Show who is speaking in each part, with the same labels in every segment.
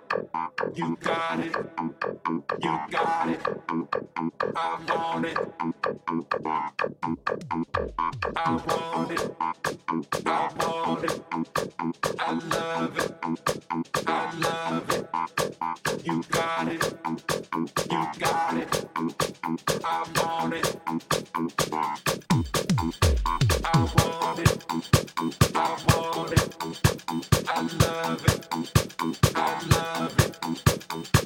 Speaker 1: You got it. You got it. I want it. I want it. I want it. I love it. I love it. You got it. You got it. I want it. I want it. I want it. I love it. I love it.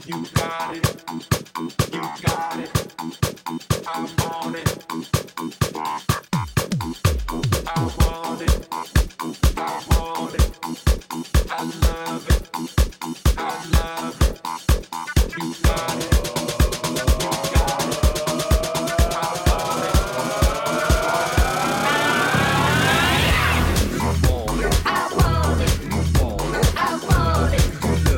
Speaker 1: You got it. You got it. I want it. I want it. I want it. I love it. I love it. You got it.
Speaker 2: I want it. I want it. I want it.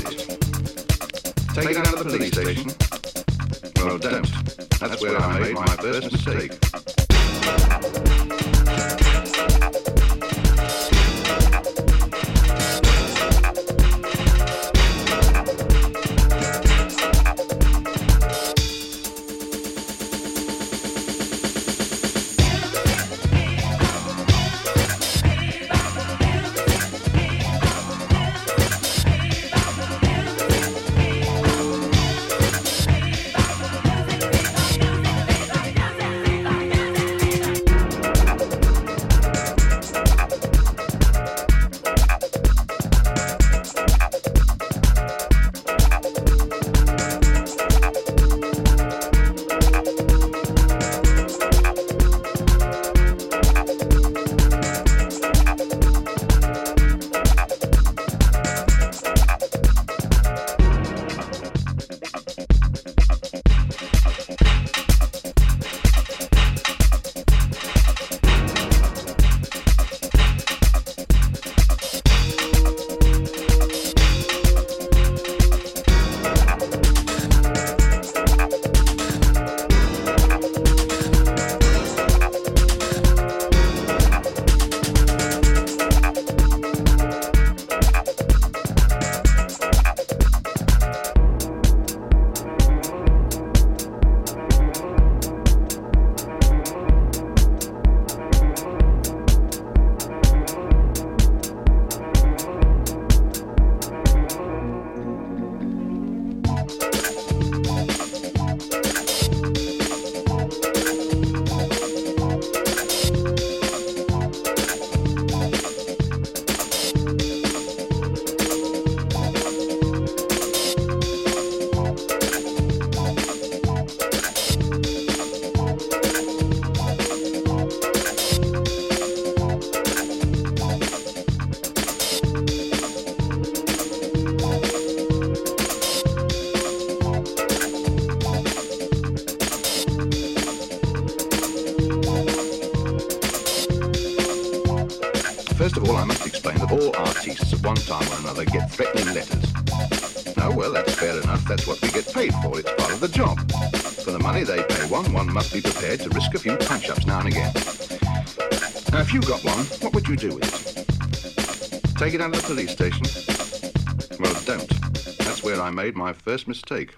Speaker 3: Take it out of the police station. Well, don't. That's where I made my first mistake. First of all, I must explain that all artists at one time or another get threatening letters. No, well, that's fair enough. That's what we get paid for. It's part of the job. For the money they pay one, one must be prepared to risk a few punch-ups now and again. Now, if you got one, what would you do with it? Take it out of the police station? Well, don't. That's where I made my first mistake.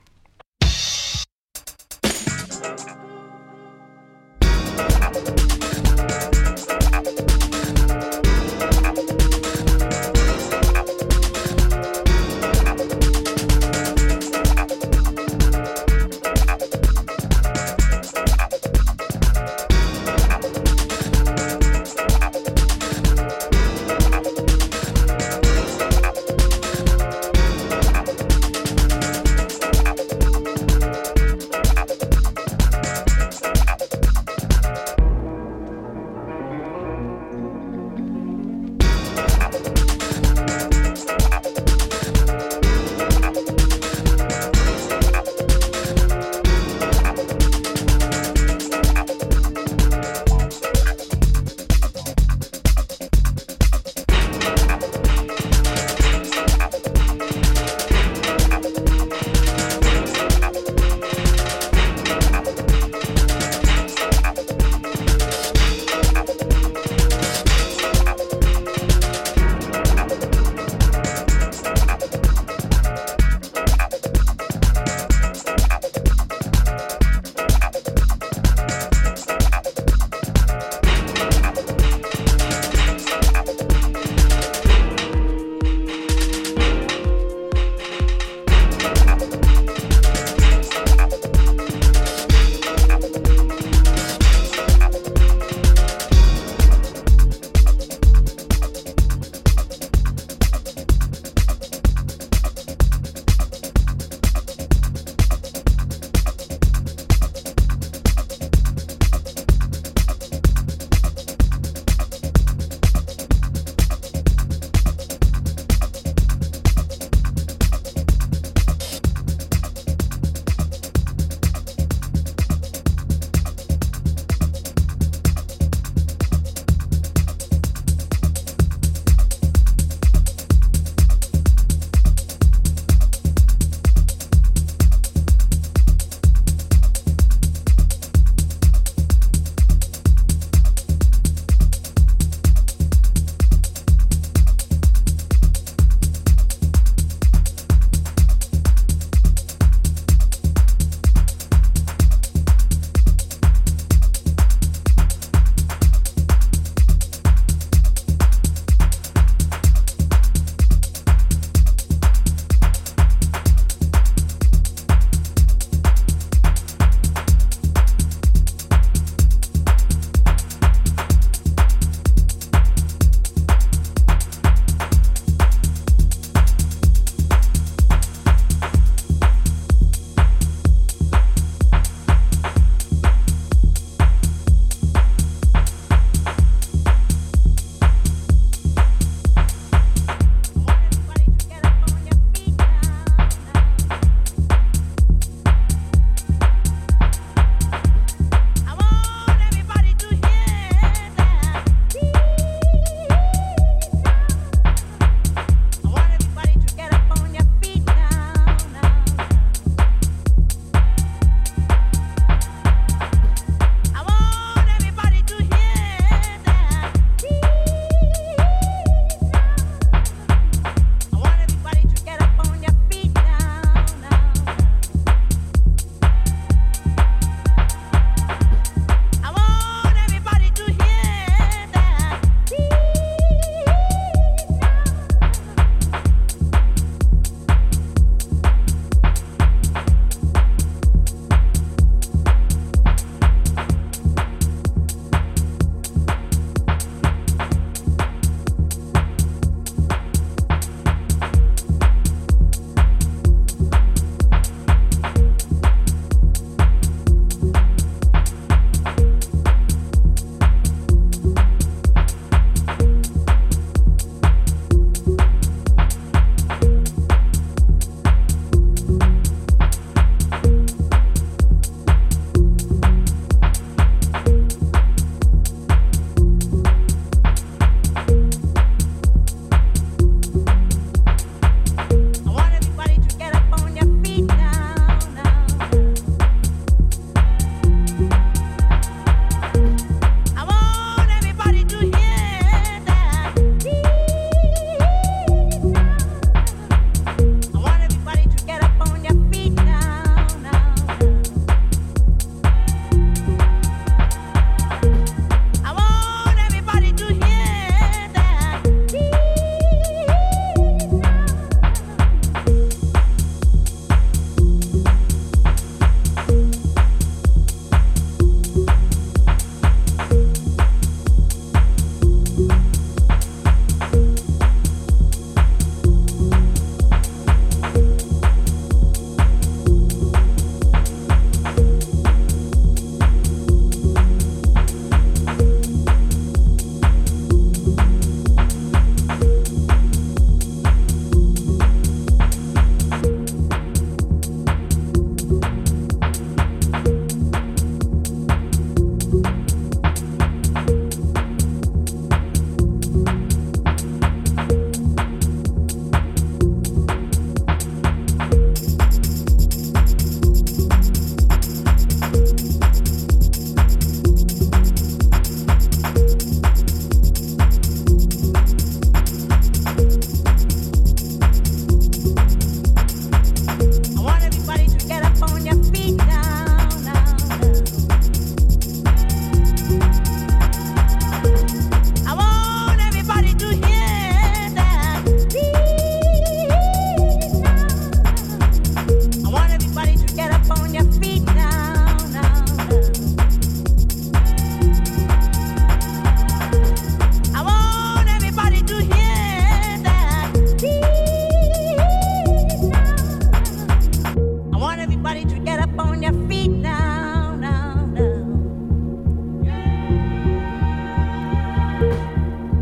Speaker 4: up on your feet now, now, now.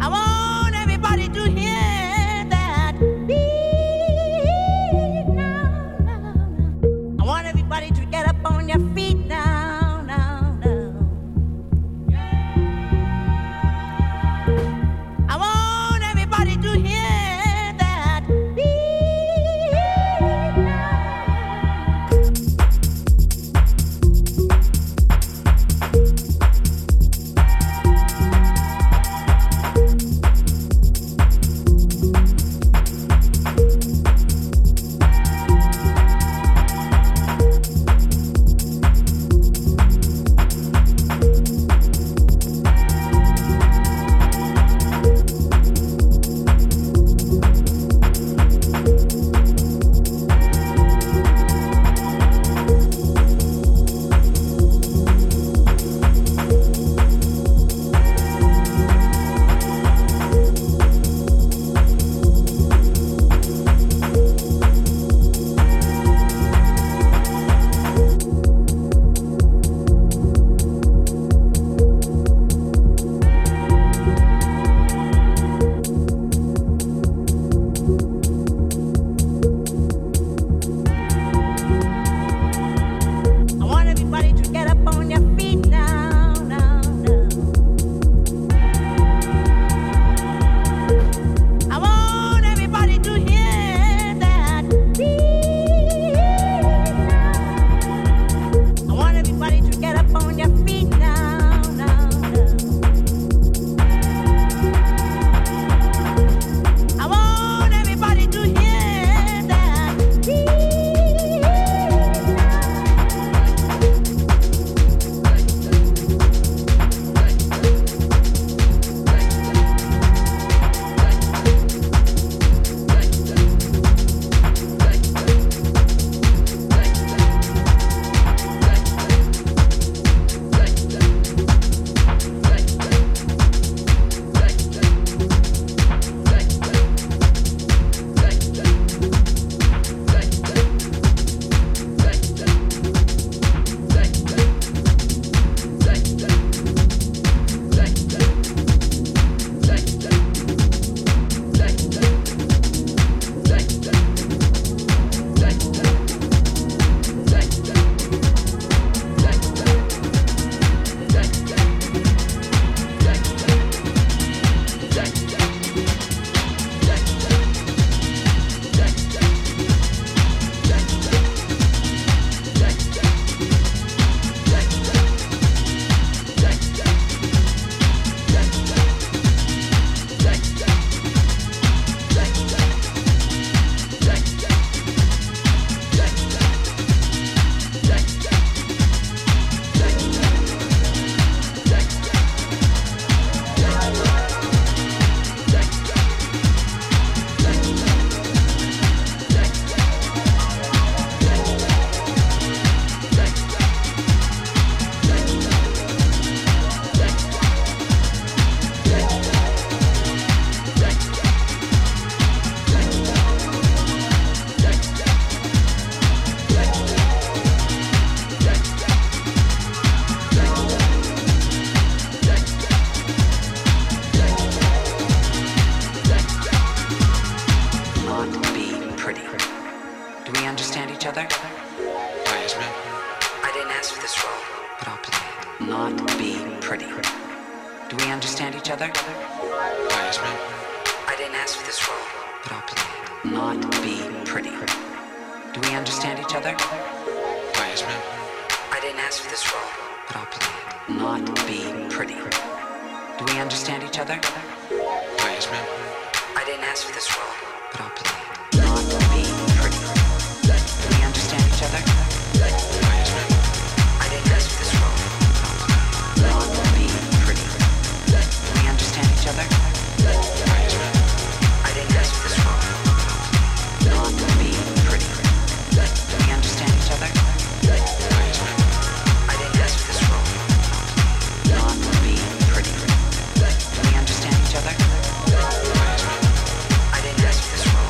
Speaker 4: I want everybody to hear that beat now, now, now. I want everybody to get up on your feet now, now, now. I want everybody to hear that beat now. I want everybody to get up on your feet now, now, now. I want everybody to hear that beat now. I want everybody to get up on your feet now, now, now. I want everybody to hear that beat now.
Speaker 5: not be pretty. Do we understand each other?
Speaker 6: Hi, Esme.
Speaker 5: I didn't ask for this role, but I'll play it. Not be pretty. Do we understand each other?
Speaker 6: Hi, Esme.
Speaker 5: I didn't ask for this role, but I'll play it. Not be pretty. Do we understand each other?
Speaker 6: Hi, Esme.
Speaker 5: I didn't ask for this role, but I'll play it. Not be pretty. Do we understand each other?
Speaker 6: Hi, Esme.
Speaker 5: I didn't ask for this role, but I'll play it. Not be pretty. Do we understand each other?
Speaker 6: Hi, Esme.
Speaker 5: I didn't ask for this role, but I'll play it. Not be pretty. Do we understand each other?
Speaker 6: Hi, Esme.
Speaker 5: I didn't ask for this role, but I'll play it. Not be pretty. Do we understand each other?
Speaker 6: Hi, Esme.
Speaker 5: I didn't ask for this role, but I'll play it. Not be pretty. Do we understand each other?
Speaker 6: Hi, Esme.
Speaker 5: I didn't ask for this role,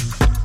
Speaker 1: Say.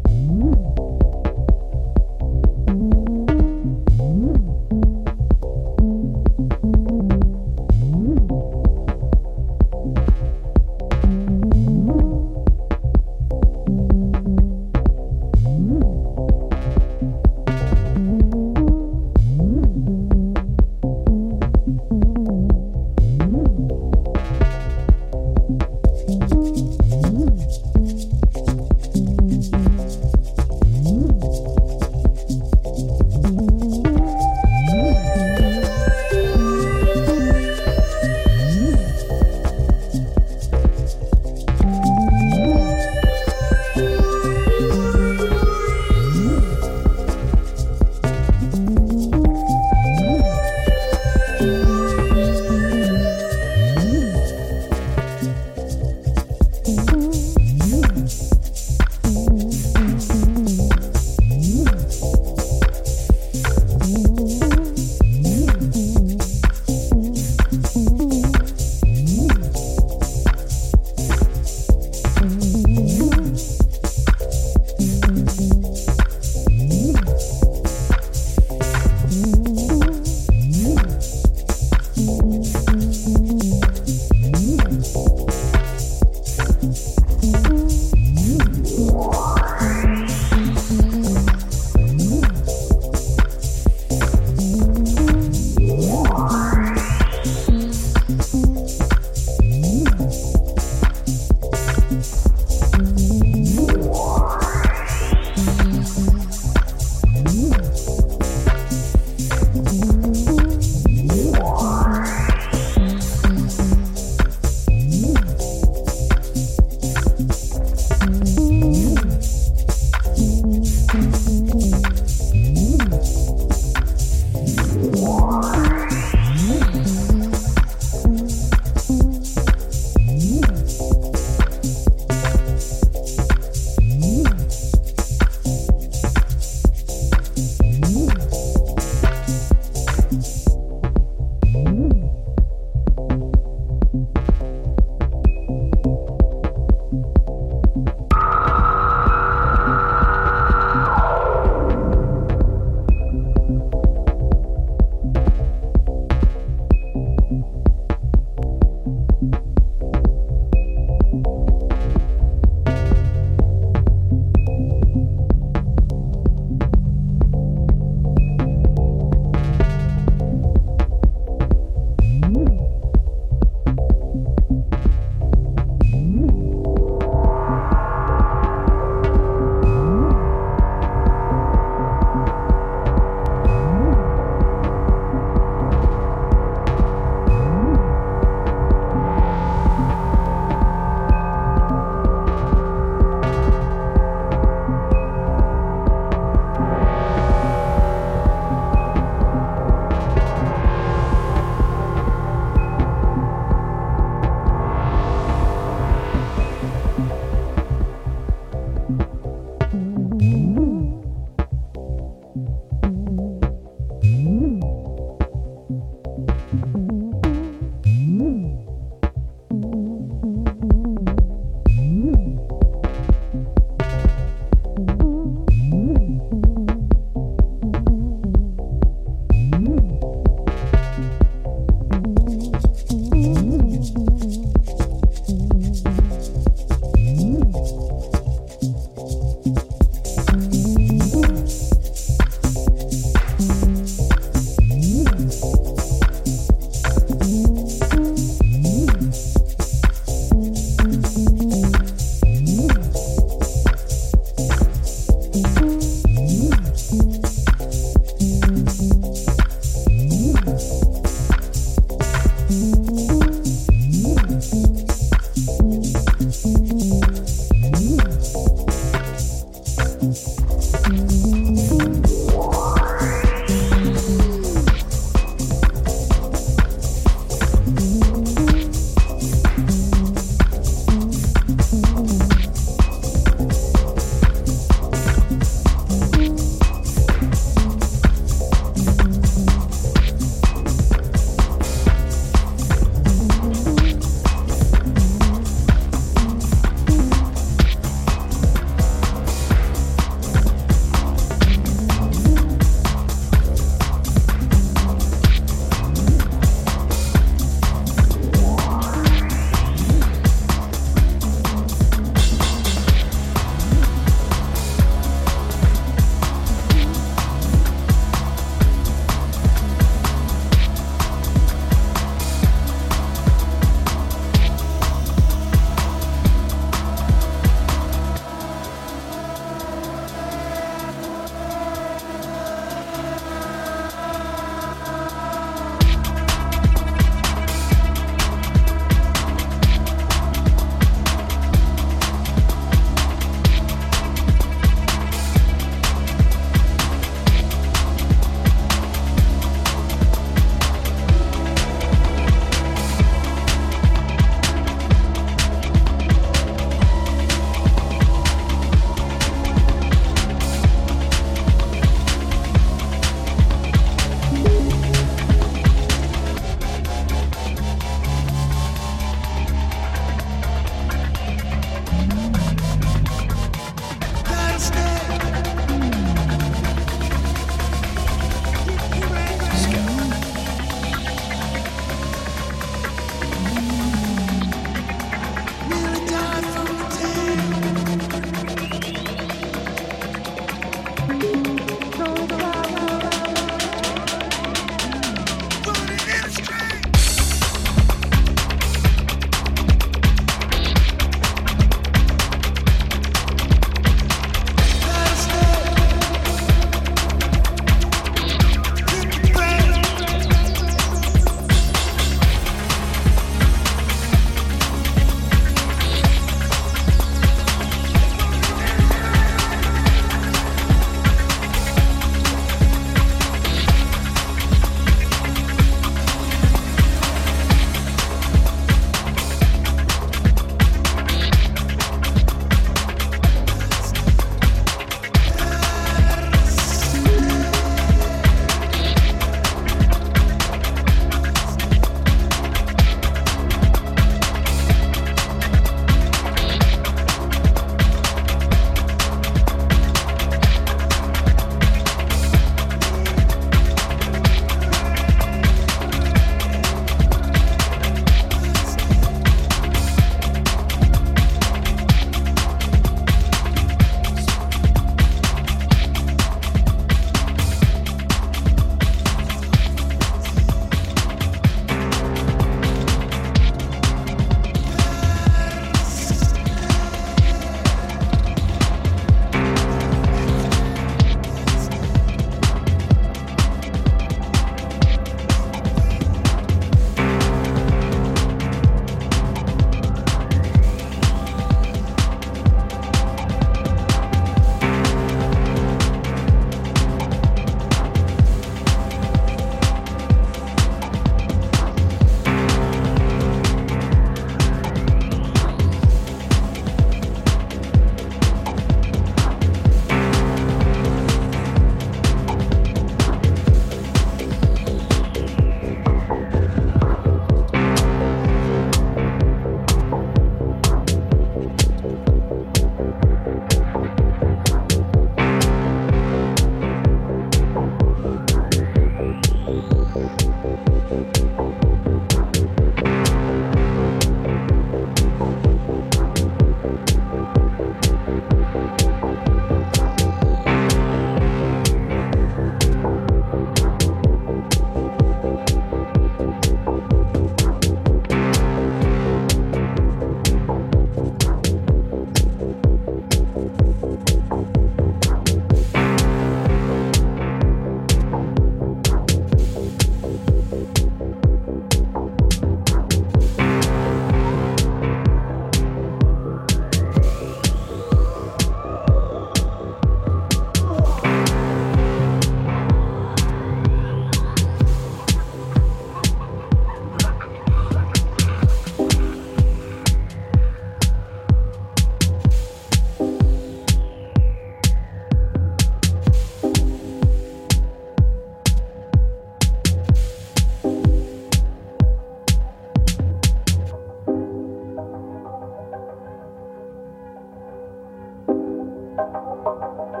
Speaker 1: Thank you.